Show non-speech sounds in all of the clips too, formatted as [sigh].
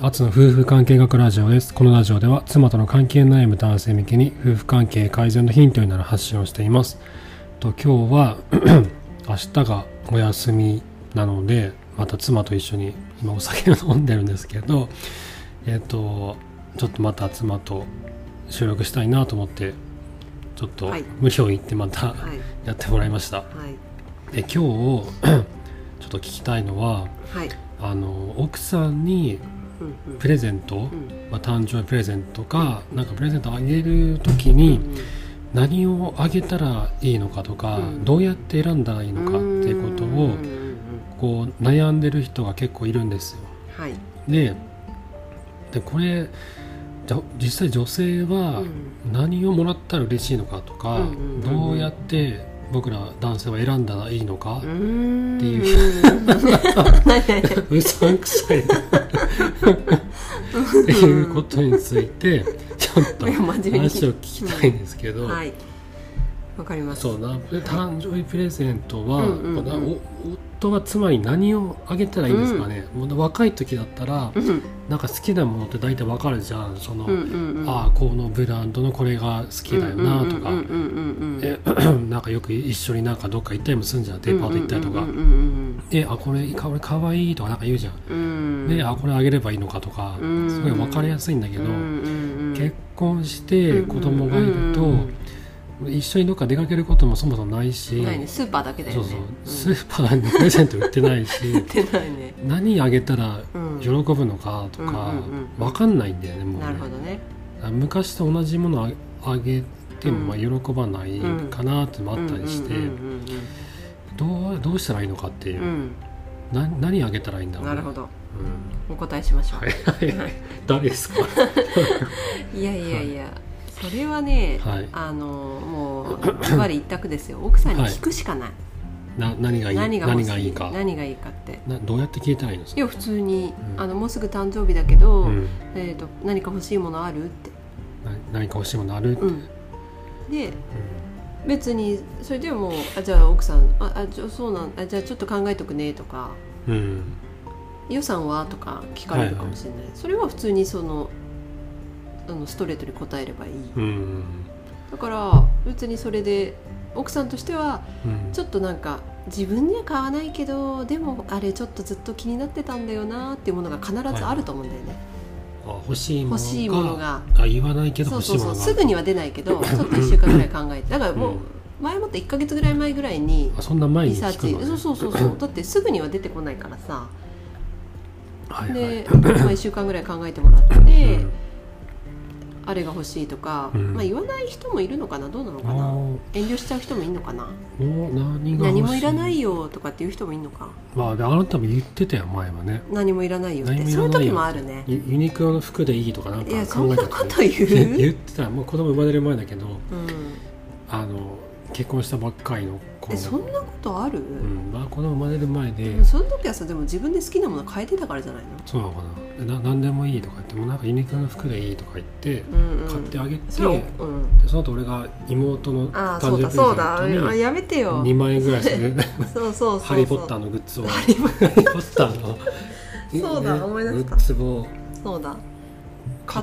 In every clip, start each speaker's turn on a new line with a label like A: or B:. A: アツの夫婦関係学ラジオです。このラジオでは、妻との関係に悩む男性向けに、夫婦関係改善のヒントになる発信をしています。と今日は、 [clears throat] 明日がお休みなので、また妻と一緒に、今お酒を飲んでるんですけど、えっ、と、ちょっとまた妻と収録したいなと思って、ちょっと
B: はい
A: 無表行ってまた
B: はい
A: やってもらいました。
B: はい
A: で今日ち [clears throat] ょっと聞きたいのは
B: はい
A: あの奥さんに
B: うん
A: プレゼント、
B: うん
A: まあ、誕生日プレゼントかなんかプレゼントあげる時に
B: うん
A: 何をあげたらいいのかとか、
B: うん
A: どうやって選んだらいいのかっていうこと
B: うんう
A: を
B: んうん
A: こう悩んでる人が結構いるんですよ。
B: はい
A: ででこれじゃ実際女性は
B: うん
A: 何をもらったら嬉しいのかとか、
B: うんうんうん
A: どうやって僕ら男性は選んだらいいのか、
B: うーん
A: ってい
B: は
A: うさんくさいなっていうことについてちょっと
B: いや真面目に
A: 話を聞きたいんですけど、
B: いわかります
A: そうなで誕生日プレゼントは、
B: うんうんうん
A: こうなお夫は妻に何をあげたらいいんですかね、もう若い時だったら
B: うんうん
A: なんか好きなものって大体わかるじゃんその、
B: うんうん
A: ああこのブランドのこれが好きだよなとか、
B: うんうんうんうん
A: え [clears throat] なんかよく一緒になんかどっか行ったりもするんじゃんデパート行ったりとか、
B: うんうん
A: であこれかこれかわいいとかなんか言うじゃん
B: うんうん
A: であこれあげればいいのかとか
B: うん
A: すごい分かりやすいんだけど、
B: うんうんうん
A: 結婚して子供がいると、
B: うんうんうん
A: 一緒にどっか出かけることもそもそもないし
B: ないねスーパーだけだ
A: そ
B: よ
A: う
B: ね
A: そう、ス
B: うん
A: ーパーにプレゼント売ってない
B: [laughs]
A: し
B: 売ってないね
A: 何あげたら
B: うん
A: 喜ぶのかとか
B: うんうんうん
A: 分かんないんだよねもうね
B: なるほどね
A: 昔と同じものああげてもまあ喜ばないかなってのもあったりして、
B: うん
A: どうどうしたらいいのかってい
B: うんうん
A: う、
B: うん
A: な何あげたらいいんだ
B: う
A: ろ
B: ん
A: う
B: なるほ
A: ど、
B: ど
A: うん
B: お答えしましょう
A: はいはい誰ですか
B: いやいやいや、それはね、
A: はい
B: あのもうズバリ一択ですよ奥さんに聞くしかない、
A: な何がいい
B: 何
A: 何
B: が
A: が
B: 欲しい
A: いいか
B: 何がいいかって
A: などうやって聞いたらいいんです
B: い
A: か
B: や普通に、
A: うん
B: あのもうすぐ誕生日だけど、
A: うん、
B: えー、と何か欲しいものあるって、
A: な何か欲しいものある、うん
B: うん、で別にそれでもうあじゃあ奥さんああじゃあそうなんあじゃあちょっと考えとくねとか
A: うん
B: 予算はとか聞かれるかもしれない、それは普通にそのあのストレートに答えればいい、
A: うん
B: だから別にそれで奥さんとしては
A: うん
B: ちょっとなんか自分には買わないけどでもあれちょっとずっと気になってたんだよなっていうものが必ずあると思うんだよね、
A: あ欲しいもの
B: 欲
A: が
B: しいものが
A: あ言わないけど
B: そう
A: 欲し
B: そ
A: いうも
B: そ
A: の
B: う
A: が
B: すぐには出ない
A: [laughs]
B: けどちょっと1週間ぐらい考えてだからもう
A: うん
B: 前もって1か月ぐらい前ぐらいに
A: あそんな前
B: リ
A: に
B: サー
A: 聞く
B: チ、
A: の、ね、
B: そうそうそう
A: [laughs]
B: そうだってすぐには出てこないからさ
A: はいはい、
B: で、まあ、1週間ぐらい考えてもらって
A: うん
B: あれが欲しいとか、
A: うん
B: まあ、言わない人もいるのかなどうなの
A: あ
B: かな遠慮しちゃう人もいるのかな
A: ーもう何が欲しい
B: 何もいらないよとかっていう人もいるのか
A: まあであなたも言ってたよ前はね
B: 何もいらないよって
A: 何もい
B: そ
A: らな
B: う
A: い
B: い
A: よ
B: う時もあるね
A: ユユニクロの服でいいとかなん
B: い
A: か
B: やそ
A: 考
B: ん
A: え
B: な
A: たと
B: こ
A: ね
B: と言
A: ね言
B: う、
A: ってたもう子供生まれる前だけど
B: うん、
A: あの結婚したばっかりの子
B: えそんなことある、
A: うんまあ、子供生まれる前で、
B: でもその時はさでも自分で好きなもの変えてたからじゃないの、
A: そうなのかなな何でもいいとか言ってもうなんかユニクロの服がいいとか言って
B: うんうん、
A: 買ってあげて、
B: そう、
A: で
B: うん、
A: その後俺が妹の誕
B: ああ
A: 生
B: そう
A: 日
B: だ
A: プ
B: そうだ
A: レゼ
B: あ
A: ン
B: やめて
A: ト
B: よ
A: に2万円ぐらいす
B: [laughs]
A: る
B: そうそうそうそ
A: [laughs]
B: う
A: ハリー・ポッターのグッズをハ
B: ハリーポッ
A: リー・ポッターの
B: [laughs] そうだ思い出した
A: グッズを
B: そうだ買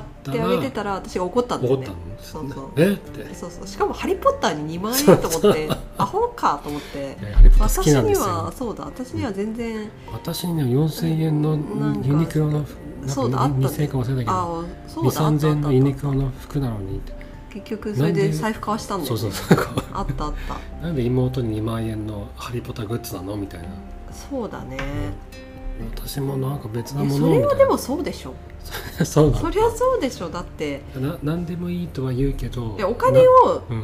A: 買
B: っ
A: った
B: て
A: ら
B: あげてたら私が怒ったんだ
A: 怒
B: よ
A: っ
B: ね
A: たの、
B: そうそう
A: えって
B: そうそうしかも「ハリー・ポッター」に2万円と思ってアホかと思って
A: いやハリー・ポッター好
B: 私
A: きなん
B: に
A: です
B: は
A: よ
B: そうだ私には全然
A: 私にね4000円の
B: なんか
A: ユニクロの服なんか
B: そうだあったね
A: 2000円か忘れたけ
B: あ
A: ど
B: あそうだあっ
A: 2000
B: たあ
A: 円
B: った
A: の
B: あ
A: ユニ
B: っ
A: クロの服なのにって
B: た結局それ
A: な
B: で
A: んで
B: 財布交わしたんだよ
A: そう
B: ね
A: そうそうこ
B: あったあった
A: うなんで妹に2万円のハリー・ポッターグッズなのみたいな
B: そうだね、
A: 私もなんか別
B: い
A: な
B: や
A: も
B: そ
A: の
B: れ
A: みた
B: はいで
A: な
B: もそうでしょ
A: [laughs] そうな
B: そりゃそうでしょだって
A: のな何でもいいとは言うけど
B: いやお金を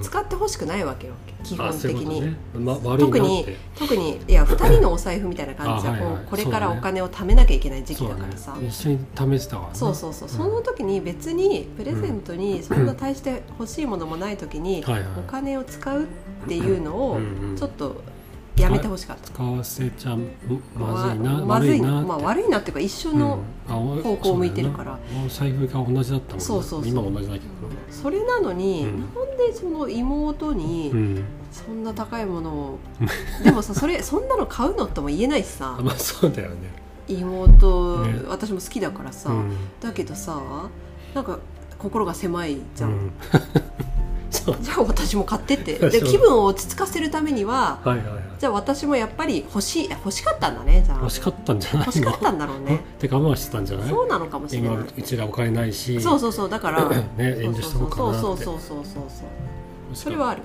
B: 使ってほしくないわけよ、基
A: なあ
B: 本
A: そ
B: 的
A: ういうこと
B: に、
A: ねま悪い
B: 特
A: なっ
B: に
A: て
B: 特にいや2人のお財布みたいな感じじゃん
A: あはいはい
B: もうこれか
A: そ
B: ら
A: うだ
B: お
A: ね
B: 金を貯めなきゃいけない時期
A: そう
B: だ
A: だ
B: から
A: ね
B: さ
A: 一緒に試してたからね
B: そうそうそう、その時に別にプレゼントにそんな大して欲しいものもない時に
A: はい
B: お
A: は
B: 金を使うっていうの
A: い
B: を
A: うんうん
B: ちょっとやめてほしかった
A: い、使わせちゃんまずいな
B: わま
A: 悪
B: ずい
A: いなって
B: まあ、悪いなっていうか一緒
A: うん
B: の、
A: あお
B: 方向を向いてるか
A: そ
B: ら
A: うだよなお財布が同じだったもんね
B: そうそうそう
A: 今も同じだけ
B: それなのに、
A: うん
B: なんでその妹に
A: どうん
B: そんな高いものをでもさそれそんなの買うのとも言えないしさ
A: あまあそうだよね
B: 妹、
A: ね
B: 私も好きだからさ、
A: うん
B: だけどさなんか心が狭いじゃん、
A: うんそう
B: じゃあ私も買ってって
A: そう
B: で気分を落ち着かせるためには
A: はいはいはい
B: じゃあ私もやっぱり欲しい欲しかったんだねじゃあ
A: 欲しかったんじゃないの
B: 欲しかったんだろう
A: [laughs]
B: ね
A: てか我慢してたんじゃない
B: そうなのかもしれない
A: 今うちらお金ないし
B: そうそうそうだから
A: ね遠慮しとこうかなって
B: そうそうそうそうそうそ
A: う
B: うそれはある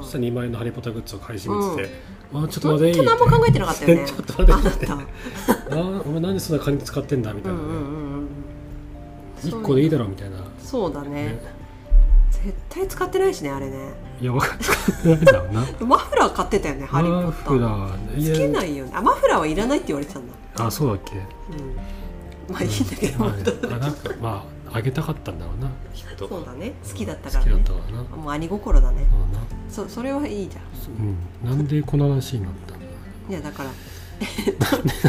A: そしたら2万円のハリポタグッズを買い占めてて、あちょっと待
B: 本
A: て
B: 当何も考えてなかったよね
A: ちょっと待って
B: あなた
A: あお前なんでそんな金使ってんだみた
B: う
A: い
B: ん
A: な、
B: う
A: ね
B: んうんうん
A: 1個でいいだろみたいな、
B: そうだね
A: ね
B: 絶対使ってないしねあれね
A: いや分かってないんだろうな
B: マフラー買ってたよね [laughs] ハリー・ポッタ
A: マフ
B: ー
A: ラー
B: つけ
A: いや
B: ないよねあマフラーはいらないって言われてたんだ
A: あそうだ
B: [laughs]
A: っけ
B: うんまあいいんだけど、
A: まあ、あなんかまああげたかったんだろうなきっと
B: [laughs] そうだね好きだった
A: 好
B: から
A: きだっ
B: ね
A: たからなそ
B: もう兄心だね
A: うだな
B: そそれはいいじゃ
A: う
B: ん
A: ん、なんでこの話になったんだ
B: [laughs] いやだか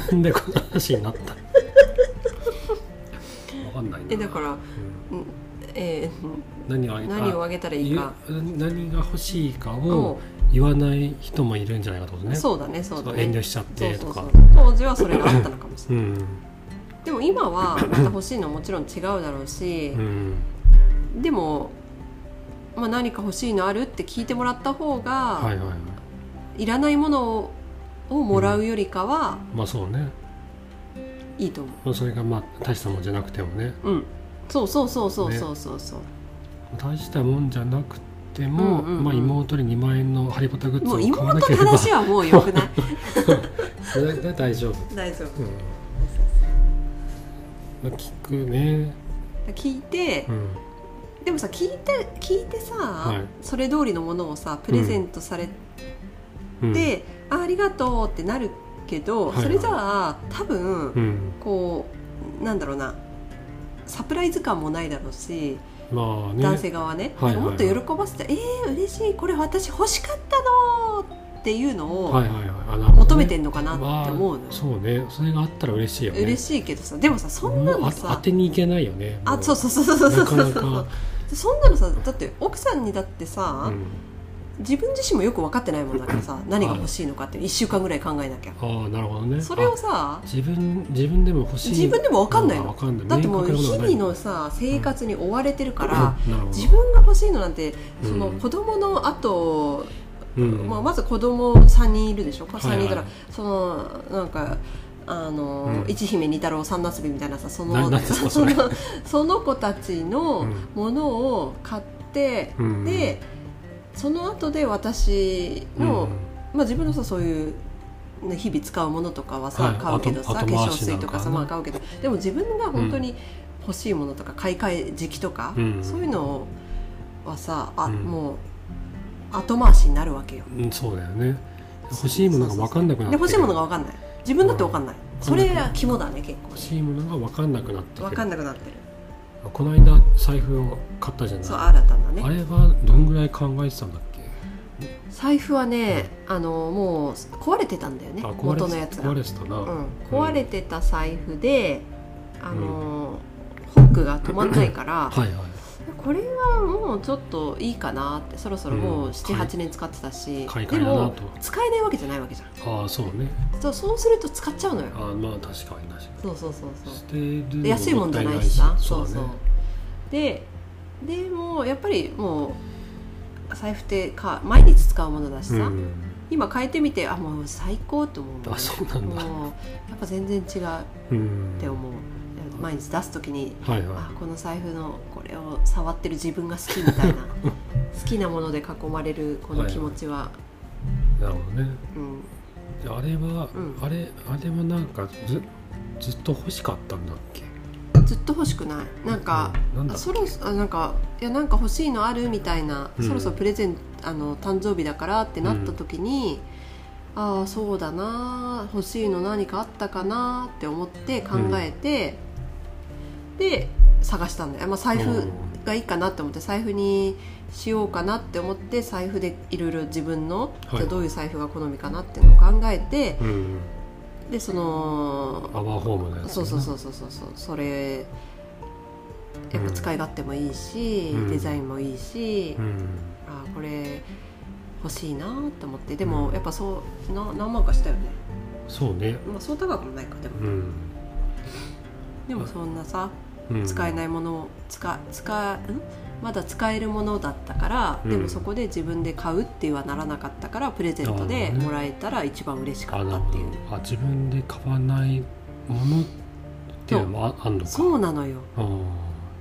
B: ら
A: なんでこの話になったわかんないな
B: えだから、
A: うん
B: うんえーうん
A: 何をあげ
B: 何をあげたらいいか
A: あ言う何が欲しいか
B: を
A: を言わない人もいるんじゃないかってことね
B: そうだねそうだね
A: 遠慮しちゃってとか
B: そうそうそう当時はそれがあったのかもしれない
A: うん
B: でも今はまた欲しいのはもちろん違うだろうし
A: う、ん
B: でも、まあ、何か欲しいのあるって聞いてもらった方が、
A: はいはいはい
B: い、らないものををもらうよりかは
A: まあそうね、
B: いいと思
A: まあ、それがまあ大したもんじゃなくてもね
B: う、うん、そうそうそうそうそうそうそう、
A: 大したもんじゃなくても、
B: うんうんうん
A: まあ、妹に2万円のハリポタグッズ
B: もう
A: を買わな
B: 妹
A: け
B: の
A: れば
B: 話はもうよくない
A: [laughs] それで大丈夫、
B: [laughs] 大丈夫
A: うんまあ、聞くね
B: 聞いて
A: う、ん
B: でもさ聞いて聞いてさ、
A: い
B: それ通りのものをさプレゼントされて、
A: うん
B: あありがとうってなるけど、
A: はいはい
B: それじゃあ多分、
A: うん
B: こうなんだろうなサプライズ感もないだろうし、
A: まあね
B: 男性側はね、
A: はいはいはい
B: もっと喜ばせて「えー、嬉しいこれ私欲しかったの!」っていうの
A: は
B: を
A: いはいはいあなるほどね
B: 求めてんのかなって思うのよ、
A: まあそうねそれがあったら嬉しいよね
B: 嬉しいけどさでもさそんなの
A: もうあ当
B: さ
A: てにいけないよね
B: あそう
A: そ
B: そうそうそうそうそう
A: な
B: [laughs]
A: かなか
B: そんなのさだって奥さんにだってさ、
A: ん、
B: 自分自身もよく分かってないもんだからさ何が欲しいのかって1週間ぐらい考えなきゃ
A: ああなるほどね
B: それを
A: あ
B: さ
A: 自分自分でも欲しい
B: 自分でも分かんない
A: あ
B: の
A: 分かんない
B: だってもう
A: 明確な
B: 日
A: ことは
B: 々
A: ない
B: のさ生活に追われてるから、
A: うんなるほど
B: 自分が欲しいのなんてその
A: うん
B: 子供の後、
A: うん
B: まあ、まず子供三3人いるでしょ
A: い
B: 3人いたら、そのなんかあの、
A: うん
B: 一姫二太郎三なすびみたいなさそ
A: な
B: の
A: なんですか
B: そ
A: それ
B: のその子たち
A: う
B: の
A: ん
B: ものを買って、
A: うん
B: でその後で私の、まあ、自分のさそういう、ね、日々使うものとかはさ、
A: はい
B: 買うけどさ
A: 後
B: 化
A: 後
B: 粧
A: 回しな
B: 水
A: の
B: と
A: かな
B: かさ、まあ、買うけどでも自分が本当に欲しいものとか買い替え時期とか、
A: うん
B: そういうのはさあ、
A: うん
B: もう後回しになるわけよ。
A: うん、うんそうだよね欲しいものが分かんなくなって
B: で欲しいもの
A: が
B: が分かんない自分だって分かんない、
A: ん
B: それが肝だね結
A: 欲
B: 構
A: しいものが分かんなくなって
B: 分かん
A: な
B: なくなってる
A: この間財布を買ったじゃない
B: そう新たな
A: あ
B: ね
A: れはどんぐらい考えてたんだっけ
B: 財布はねあのもう壊れてたんだよね
A: あ壊れ
B: 元
A: て
B: のやつが
A: 壊れてたな、
B: うん、壊れてた財布で、あのホックが止まんないか
A: は
B: ら、
A: いは
B: これはもうちょっといいかなってそろそろもう78、
A: うん
B: 8年使ってたし
A: い買い替
B: で
A: えだな
B: も
A: と
B: 使えないわけじゃないわけじゃ
A: ああそうね
B: んそうそうすると使っちゃうのよ
A: あーまあ確かに確か
B: そうそうそう
A: に
B: そ
A: 捨てるの
B: うで安いもんじゃないし
A: も
B: さ
A: った
B: そう
A: だね
B: そうででもやっぱりもう財布ってか毎日使うものだしさ、
A: うん、
B: 今変えてみてあもう最高と思う
A: あそうなんだ
B: もうやっぱ全然違う
A: うん
B: って思う毎日出す時に
A: はいはい
B: あこの財布のこれを触ってる自分が好きみたいな好きなもので囲まれるこの気持ちは、
A: なるほどね
B: うん、
A: であれは、
B: うん
A: あれあれはなんかずずっと欲しかったんだっけ
B: ずっと欲しくないなんか、
A: うんなんだ
B: あそろそあなんかいやなんか欲しいのあるみたいな、
A: うん
B: そろそろプレゼンあの誕生日だからってなった時に、ああそうだな欲しいの何かあったかなって思って考えて、で探したんだよ、まあ、財
A: う
B: 布
A: ん
B: がいいかなって思って財布にしようかなって思って財布でいろいろ自分の、
A: はい
B: じゃあどういう財布が好みかなっていうのを考えて
A: うん
B: でその
A: アワーホームのやつ、ね、
B: そうそうそううそうそうそうそれやっぱ使い勝手もいいし、
A: うん
B: デザインもいいし、
A: ん
B: あーこれ欲しいなと思ってでもやっぱそうな何万かしたよね、
A: そうね
B: まあ、そう高くもないかでも
A: うん
B: でもそんなさ
A: うん
B: 使えないものを使使んまだ使えるものだったから、
A: うん
B: でもそこで自分で買うってはならなかったからプレゼントでもらえたら一番嬉しか
A: あ
B: っ
A: な
B: た
A: る
B: っ
A: ほ
B: ていう
A: どあ自分で買わないものっていうのもああんのか
B: そうなのよ
A: あー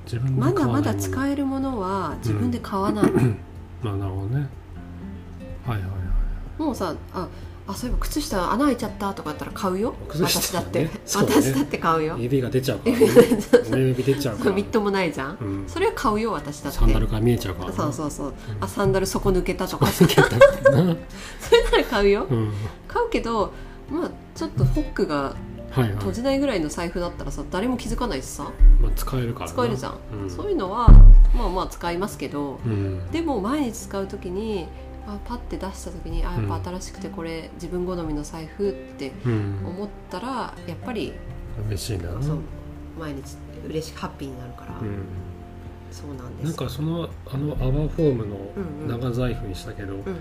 A: 自分で
B: ま
A: 買わない
B: だ
A: もの
B: まだ使えるものは自分で買わない、
A: まあなるほどねはいはいはい
B: もうさああそういえば靴下穴開いちゃったとかだったら買うよ
A: 靴下ね
B: 私だって、
A: そうね
B: 私だって買うよ
A: 指が出ちゃうから、ね、親指出ちゃうから
B: [laughs] みっともないじゃん、
A: うん
B: それは買うよ私だって
A: サンダルから見えちゃうからな
B: そうそうそうあサンダル底抜けたとかそ
A: 抜けたからな
B: れなら買うよ
A: うん
B: 買うけどまあちょっとホックが
A: はいはい
B: 閉じないぐらいの財布だったらさ誰も気づかないしさ
A: まあ使えるからな
B: 使えるじゃん、
A: うん
B: そういうのはまあまあ使いますけど
A: うん
B: でも毎日使う時にあパッて出した時にあやっぱ新しくてこれ自分好みの財布って
A: うん
B: 思ったらやっぱり
A: 嬉しいな
B: そう毎日嬉しくハッピーになるから、
A: うん
B: そうなんです
A: なんかそのあのアワーフォーム
B: うんうん
A: の長財布にしたけど、
B: うんうんうん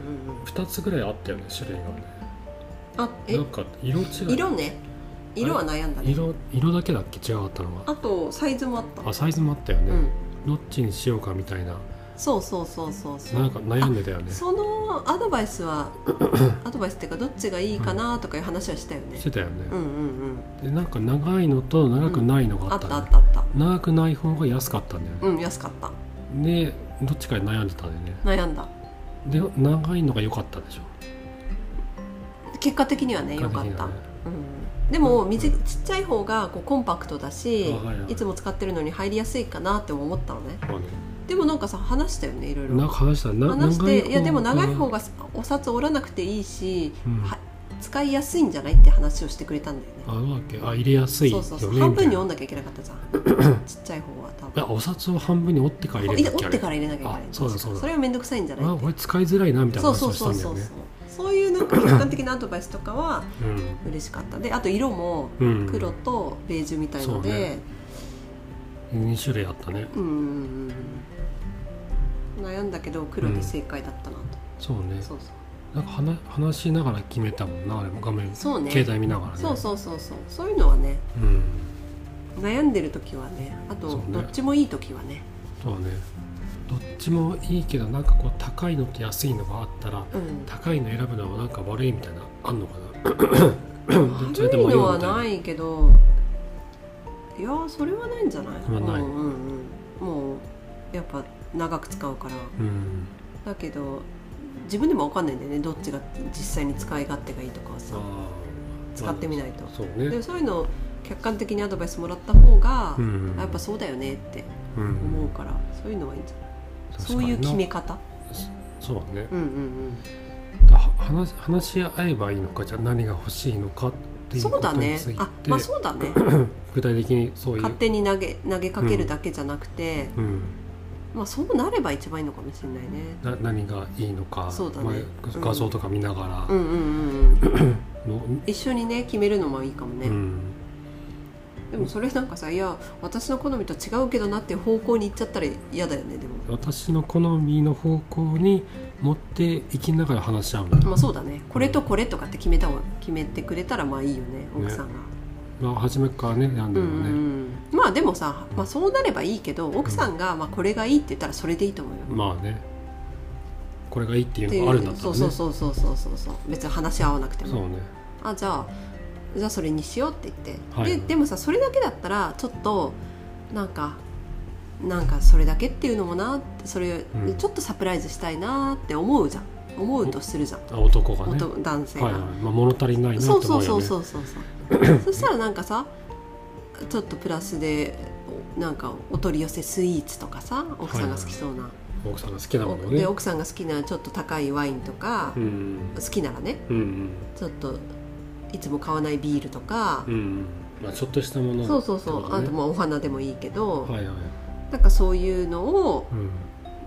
A: 二2つぐらいあったよね種類がね
B: あえ
A: なんか色違い
B: 色ね色は悩んだね
A: 色色だけだっけ違かったのが
B: あとサイズもあった
A: あサイズもあったよね、
B: うん
A: どっちにしようかみたいな
B: そうそうそうそうそう
A: なんか悩んでたよねし
B: そのアドバイ
A: [coughs]
B: スはアドバイスっていうかどっちがいいかなとかいう話はしたよね
A: てたよね
B: う、んうんうん
A: でなんか長いのと長くないのが
B: あ
A: あっ,、
B: ったたあったあった
A: 長くない方が安かったんだよね、
B: うん安かった
A: でどっちかに悩んでたんだよね
B: 悩んだ
A: で長いのが良かったでしょ
B: 結果的にはね良かっ
A: 結
B: た、
A: 果的にはね
B: うん、でもみじちっちゃい方がこうコンパクトだし、
A: あはいはい
B: いつも使ってるのに入りやすいかなって思ったのね
A: あの
B: でもなんかさ話したよねいろい
A: なん
B: ろ
A: か話したらな
B: 話して
A: 方
B: いやでも長い方
A: が
B: がお札折らなくていいし、
A: うん
B: は使いやすいんじゃないって話をしてくれたんだよね
A: あどうだっけあ入れやすいよ
B: そう
A: ね
B: そうそう
A: みたい
B: 半
A: な
B: 分に折んなきゃいけなかったじゃ
A: [coughs]
B: んちっちゃい方は多
A: い
B: 分
A: やお札を半分に折ってから入れ
B: い
A: な
B: や
A: きゃ
B: 折ってから入れなきゃいけない
A: あそうだそうだ
B: れは面倒くさいんじゃない
A: あ
B: って
A: これ使いづらいなみたいな
B: そう
A: 話
B: そ
A: を
B: う
A: し
B: そ
A: た
B: うん
A: だよ
B: そう
A: ね
B: そうそういうなんか客観的なアドバイスとかは嬉しかったであと色も
A: うんうん
B: 黒とベージュみたいの
A: そう
B: で
A: ね2種類あったね
B: うん,、ん悩んだけど黒で正解だったなと、
A: そうね
B: そうそ
A: なんか話話しながら決めたもんなあれも画面、
B: うそうね
A: 携帯見ながらね
B: そうそうそうそうそういうのはね
A: うん
B: 悩んでる時はねあと
A: そうね
B: どっちもいい時はね
A: そうねどっちもいいけどなんかこう高いのと安いのがあったら
B: うん
A: 高いの選ぶのはなんか悪いみたいなあんのかなどっち
B: [coughs] 悪
A: で
B: い
A: も
B: のは
A: みたいな
B: ないけどいやそれはないんじゃない、
A: それはない
B: うんうんうん、もうやっぱ長く使うから
A: うん
B: だけど自分でも分かんないんだよねどっちが実際に使い勝手がいいとかはさ
A: あー
B: 使ってみないと
A: まあそう
B: で
A: ね
B: そういうのを客観的にアドバイスもらった方が、
A: うん
B: やっぱそうだよねって
A: うん
B: 思うから、そういうのはいいんじゃない
A: 確か
B: そう
A: にな
B: いう決め方
A: そうね
B: うんうん
A: は話話し合えばいいのかじゃあ何が欲しいのかって
B: うん
A: いう
B: そ
A: こ
B: うだ
A: とに
B: ね
A: ついて、
B: あまあそうだね
A: 具体的にそういう
B: 勝手に投げ投げかけるだけじゃなくて、
A: うん、
B: まあそうなれば一番いいのかもしれないね
A: な何がいいのか、
B: そうだね
A: まあ
B: うん
A: 画像とか見なが
B: う
A: ら
B: んうんうんうん
A: の、
B: 一緒にね決めるのもいいかもね、
A: うん
B: でもそれなんかさいや私の好みと違うけどなっていう方向に行っちゃったら嫌だよねでも
A: 私の好みの方向に持っていきながら話し合うの、
B: まあそうだねこれとこれとかって決めた方決めてくれたらまあいいよね奥さんが、
A: まあ、初めからね選ん
B: う
A: でる
B: んう
A: の
B: ん
A: ね、
B: うんまあでもさ、まあ、そうなればいいけど奥さんがまあこれがいいって言ったらそれでいいと思うよ、
A: まあねこれがいいってい
B: っていう
A: の
B: う
A: があるんだったら
B: そう
A: ね
B: そうそうそうそうそうそう別に話し合わなくても
A: そうね
B: あじゃあじゃあそれにしようって言って、
A: はい
B: ででもさそれだけだったらちょっとなんかなんかそれだけっていうのもなってそれ、
A: うん
B: ちょっとサプライズしたいなって思うじゃん思うとするじゃん、
A: あ男がね
B: 男男性が、
A: はいはいまあ、物足りないなと
B: そう
A: 思う
B: そ
A: よ
B: う
A: ね
B: そうそうそうそうそしたらなんかさちょっとプラスでなんかお取り寄せスイーツとかさ奥さんが好きそうな、
A: 奥さんが好きなもの
B: で
A: ね
B: 奥さんが好きなちょっと高いワインとか、
A: うん
B: 好きならね
A: うんうん
B: ちょっといつも買わないビールとか
A: う、んまあ、ちょっとしたもの
B: そうそうそう、あ
A: って
B: と
A: こ
B: まあお花でもいいけど、
A: とねはいはい、
B: なんかそういうのを
A: うん、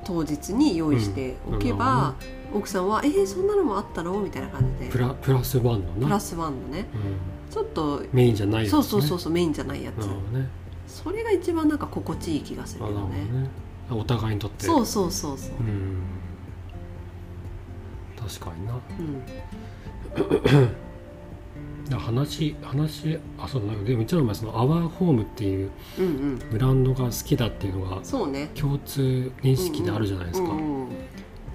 B: 当日に用意しておけば、奥さんは「えー、そんなのもあったの?」みたいな感じで
A: プラプラスワンのな
B: プラスワンのね
A: う
B: ちょっと、
A: ん、メインじゃないやつ
B: そ
A: ね
B: うそうそうそうメインじゃないやつ、
A: なるほどね
B: それが一番なんか心地いい気がす
A: あ
B: る
A: なる
B: けど
A: ほど
B: ね
A: ねお互いにとって
B: そうそうそうそう
A: う、ん確かにな
B: うん、
A: だから話話あそうだなんかでもうちらの前そのアワーホームっていう
B: うんうん
A: ブランドが好きだっていうのが
B: そうね
A: 共通認識であるじゃないですか,、
B: うんう
A: だか
B: ん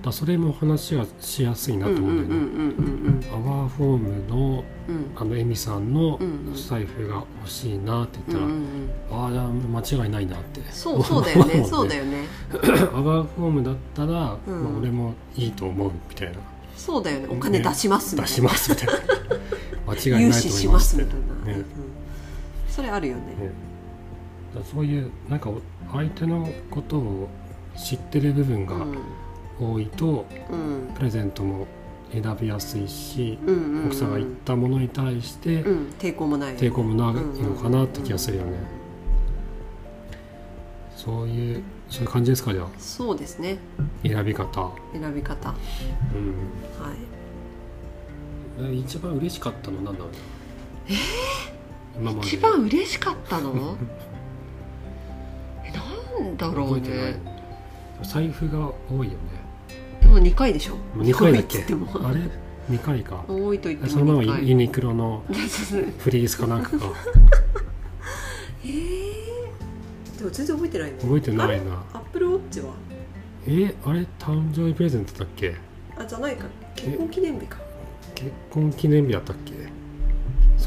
A: らそれも話がしやすいな
B: う
A: と
B: んう
A: 思うんん
B: う
A: だ
B: ん
A: よ
B: う
A: ね、
B: ん
A: アワーホームの
B: うん
A: あのエミさんの
B: うんうん
A: 財布が欲しいなって
B: う
A: 言ったら、
B: ん
A: ああじゃあ間違いないなって
B: そうそ
A: [laughs]
B: うだよねそうだ
A: よ
B: よね
A: アワーホームだったら、まあ
B: うん
A: 俺もいいと思うみたいな
B: そうだよねお金出しますみ
A: 出
B: たい
A: し
B: な
A: ますみ
B: [laughs]
A: たいな間違いな
B: 融
A: い
B: 資
A: と思
B: し
A: い
B: ま
A: ますす
B: み
A: み
B: た
A: た
B: い
A: い
B: な、
A: な、
B: う
A: ね
B: んそれあるよね
A: ねだからそういうなんか相手のことを知ってる部分
B: うん
A: が多いと、
B: うん
A: プレゼントも選びやすいし、
B: うんうんうん
A: 奥さんが言ったものに対して
B: うん抵抗もないよね
A: 抵抗もないのかなって気がするよね、そういうそういう感じですかじゃあ
B: そうですね
A: 選び方、
B: 選び方は
A: う
B: い
A: ん、一番嬉しかったのなんだろうえ今まで
B: 一番嬉しかっ
A: [laughs]
B: たのえなんだろう
A: 覚えてない
B: ね
A: 財布が多いよね
B: もう2回でしょ
A: もう2回だっけ
B: 多いって言っても
A: あれ2回か
B: 多いと言って
A: その
B: も
A: まま
B: 2
A: ユ
B: 回
A: ユニクロのフリースかなんかが
B: [laughs] えーでも全然覚えてないね
A: 覚えてないな [laughs]
B: アップルウォッチは
A: えあれ誕生日プレゼントだっけ
B: あじゃないか結婚記念日か
A: 結婚記念日だったっけ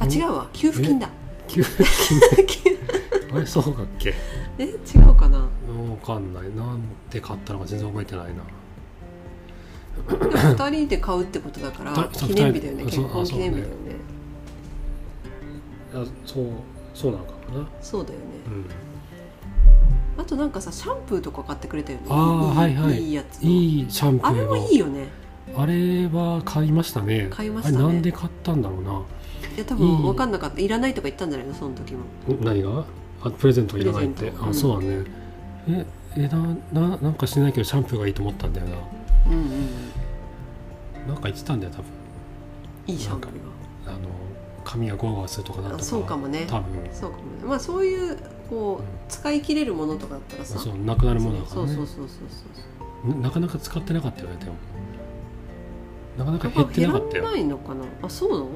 B: あ違
A: う
B: うわ給付金だ
A: 給付
B: [laughs]
A: 金あれそうだっけ
B: え違うかな
A: わかんないなんで買ったのか全然覚えてないな
B: でも2人で買うってことだから
A: だそう
B: 記念日だよね
A: 二人
B: 結
A: で
B: 婚記念日だよね
A: あそうそうなのかな
B: そうだよね
A: うん
B: あとなんかさシャンプーとか買ってくれたよね
A: あーはいはい
B: いいやつの
A: いいシャンプ
B: あ
A: ー
B: れ
A: の
B: もいいよね
A: あれは買いましたね
B: 買いましたね
A: あれなんで買ったんだろうない
B: や多
A: い
B: 分
A: い
B: 分かんなかったいらないとか言ったんじゃないのその時も
A: ん何があプレゼントがいらないって
B: プレゼント
A: あそうだねええなななんかしないけどシャンプーがいいと思ったんだよな
B: うんうんうん
A: なんか言ってたんだよ多分
B: いいシャンプー
A: あ
B: が
A: の髪がゴワゴワするとかなんとか
B: あそうかもね
A: 多分
B: そうかもねまあそういうこう使い切れるものとかだったらさ
A: そうなくなるものだから
B: そう
A: ね
B: そうそうそうそ
A: な
B: う
A: なかなか使ってなかったよねでもなかなか
B: や
A: 減
B: っ
A: っ
B: ぱ
A: て
B: 減
A: なからったよ、
B: ないのかなあそうなの
A: う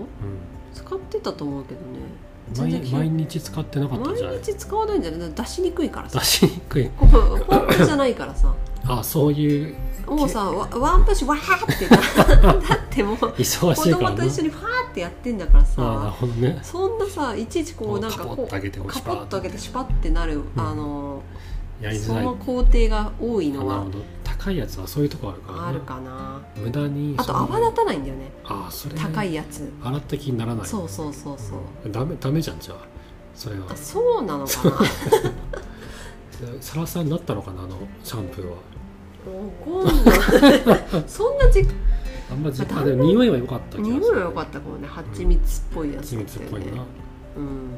B: 使ってたと思うけどね
A: ん、
B: 全然
A: 毎
B: 気が
A: 毎日使ってなかったんじゃない
B: 毎日使わないんじゃない出しにくいから
A: 出
B: さ
A: しにくい
B: ここ本当じゃないからさ
A: [laughs] あそういう
B: もうさわワンプッシュわーってな [laughs] だってもう子
A: 忙しいから
B: 供と
A: ね
B: 一緒にファーってやってんだか
A: あ
B: ら
A: あなる
B: さ
A: ほどね
B: そんなさいちいちこうなんか
A: カ
B: こ
A: ポッ
B: う
A: と上げて
B: カ
A: シ
B: ポ
A: パ
B: ッ
A: ッ
B: と
A: と
B: 開けてシュパッてなる、あの
A: やり
B: そ
A: づらい
B: の工程が多いの
A: あな
B: は
A: るほど高いやつはそういうとこあるからね
B: あるかな
A: 無駄に
B: あと泡立たないんだよね
A: ああそれ
B: 高いやつ
A: 洗った気にならない
B: そうそうそうそう
A: ダメダメじゃんじゃあそれは
B: あそうなのかな
A: サラサラになったのかなあのシャンプーは
B: 怒んない [laughs] そんなじ
A: あんまじ
B: まあ
A: あでも匂いは良かった気がする
B: 匂いは良かったかもね蜂蜜っぽいや
A: 蜂
B: つだ
A: 蜜っぽ
B: よ
A: い
B: ね
A: な、
B: うん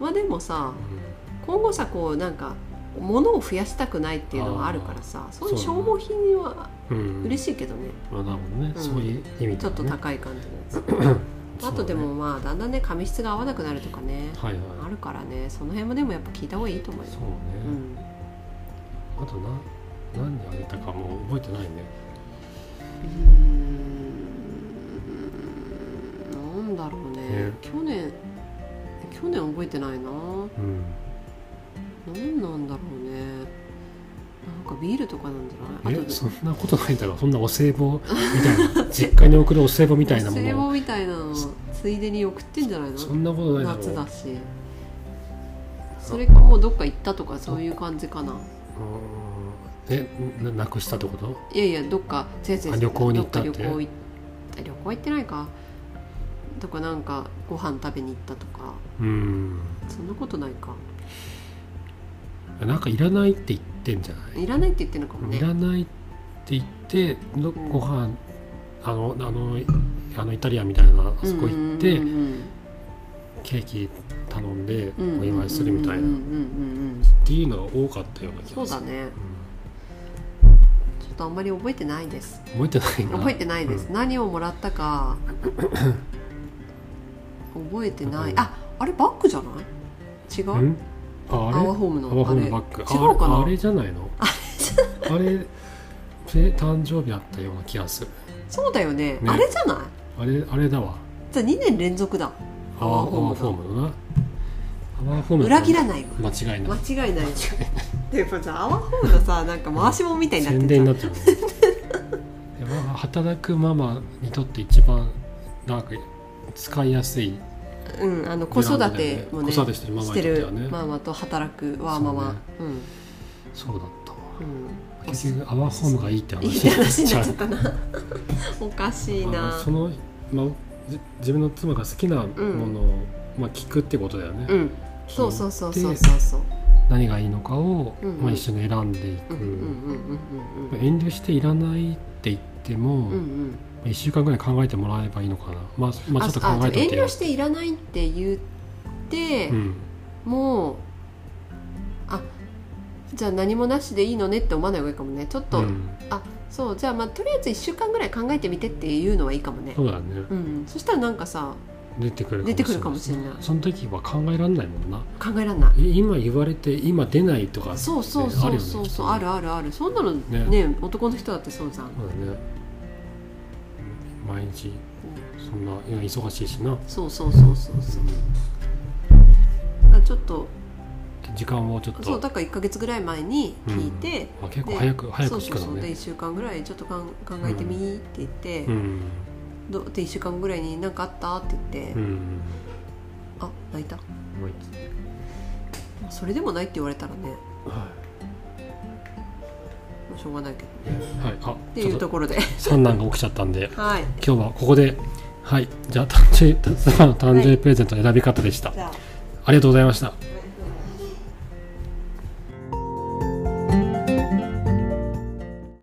B: まあでもさ
A: う
B: 今後さこうなんか物を増やしたくないっていうのはあるからさそういう
A: そうだ
B: 消
A: ね
B: 耗品には
A: ん
B: 嬉しいけどね、
A: まあ、なるほどね、
B: うん
A: そういう意味
B: ちょ
A: だ、ね、
B: っと高い感じのやつあとでも
A: そ
B: まあだんだんね髪質が合わなくなるとかね
A: うねはいはい
B: あるからねその辺もでもやっぱ聞いた方がいいと思うよ
A: そうね、
B: うん
A: あとな何にあげたかもう覚えてないね
B: うーんなんだろうね
A: ね
B: 去年去年覚えてな
A: う
B: いな
A: ん
B: 何なんだろうねなんかビールとかなんじゃないあ
A: え
B: と
A: そんなことないだろうそんなお歳暮みたいな実家に送るお歳暮みたいなも
B: 聖
A: の
B: 望みたいなのついでに送ってんじゃないの
A: そんなことないだろう
B: 夏だしそれかもうどっか行ったとかそういう感じかな
A: うんえななくしたってこと
B: いやいやどっか違う違う違
A: あ
B: う
A: 旅行に行ったって
B: どっか旅行行った旅行行ってないかとかなんかご飯食べに行ったとか
A: うん
B: そんなことないか
A: なんかいらないって言ってんじゃない
B: いらないって言ってるのかもね
A: いらないって言ってのご飯あのあのあのイタリアンみたいなあそこ行って、
B: うんうん
A: ケーキ頼んで
B: うんうん
A: お祝いするみたい
B: うんうん
A: なっ
B: うんうんうん
A: ていうのが多かったような気
B: そ
A: が
B: う
A: する
B: だ
A: う
B: ね
A: ん
B: ちょっとあんまり覚えてないです
A: 覚えてないな
B: 覚えてないです、何をもらっ
A: [coughs]
B: たか覚えてないああれバッグじゃない違
A: う、
B: うん
A: うんああ
B: ア
A: れ
B: ワーホーム
A: アワ
B: の
A: ホー
B: あれ
A: ムのバッグ
B: 違うか
A: あ
B: な
A: あれじゃないの [laughs] あれで誕生日あったような気がする
B: そうだよね
A: ね
B: あれじゃない
A: あれあれだわ
B: じゃあ2年連続だ
A: パワーフォームのなパワーフォーム
B: 裏切ら
A: い
B: ないわ
A: [laughs] 間違いない
B: 間違いないわでもさアワホーのさなんか回しもんみたいになっ
A: 宣
B: て
A: 伝にな
B: さ
A: っちゃうでも働くママにとって一番なんか使いやすい
B: うんあの子育てもね
A: 子育てしてるママにとってはね
B: してるママと働くワーママう,、
A: そうだったわ
B: んうん
A: 結局アワーホームがいいって
B: い
A: 話
B: い
A: になっ
B: 話に
A: ちゃ
B: な
A: う
B: っちゃったな [laughs] おかしい
A: ま
B: な
A: あその、まあ、じ自分の妻が好きなものを、まあ、聞くってことだよね、
B: うんそうそうそうそう
A: で
B: そうそう
A: 何がいいのかを、
B: うんうん
A: まあ、一緒に選んでいく、
B: うんうんうん
A: まあ遠慮していらないって言っても、
B: うんうんうん
A: 1週間ぐらい考えてもらえばいいのかな、まあまあ、ちょっと考
B: あ
A: え
B: あ
A: ておい
B: 遠
A: て
B: 慮していらないって言って、
A: うん、
B: もうあじゃあ何もなしでいいのねって思わない方がいいかもねちょっと、
A: うん、
B: あそうじゃあまあとりあえず1週間ぐらい考えてみてっていうのはいいかもね
A: そうだね
B: うんそしたらなんかさ
A: 出てくる
B: 出てくるかもしれない
A: その時は考えられないもんな
B: 考えらんない
A: え今言われて今出ないとか
B: そうそう
A: あ
B: そ
A: る
B: う
A: よね
B: そう
A: きっと
B: そう
A: ね
B: あるあるあるそんなのね男の人だってそうじゃん
A: そうだねうん毎日そんな今忙しいしな
B: そうそうそうそうそうだからちょっと
A: 時間をちょっと
B: そうだから1か月ぐらい前に聞いて、
A: うんあ結構
B: で
A: 早く早く
B: そう
A: 聞
B: そう
A: くの
B: そうで
A: ね
B: 1週間ぐらいちょっとかん考えてみーって言って、
A: うん
B: どで1週間ぐらいに何かあったって言って、
A: うん
B: あ泣いた
A: もう一
B: それでもないって言われたらねも
A: は
B: うしょうがないけど
A: い、はい、あ
B: って
A: ちょ
B: いう
A: っ
B: と
A: と
B: ころで
A: 三男が起きちゃったんで
B: はい
A: 今日はここではいじゃあ誕生日妻の誕生日プレゼントの選び方でした、
B: じゃあ、
A: ありがとうございました
B: はい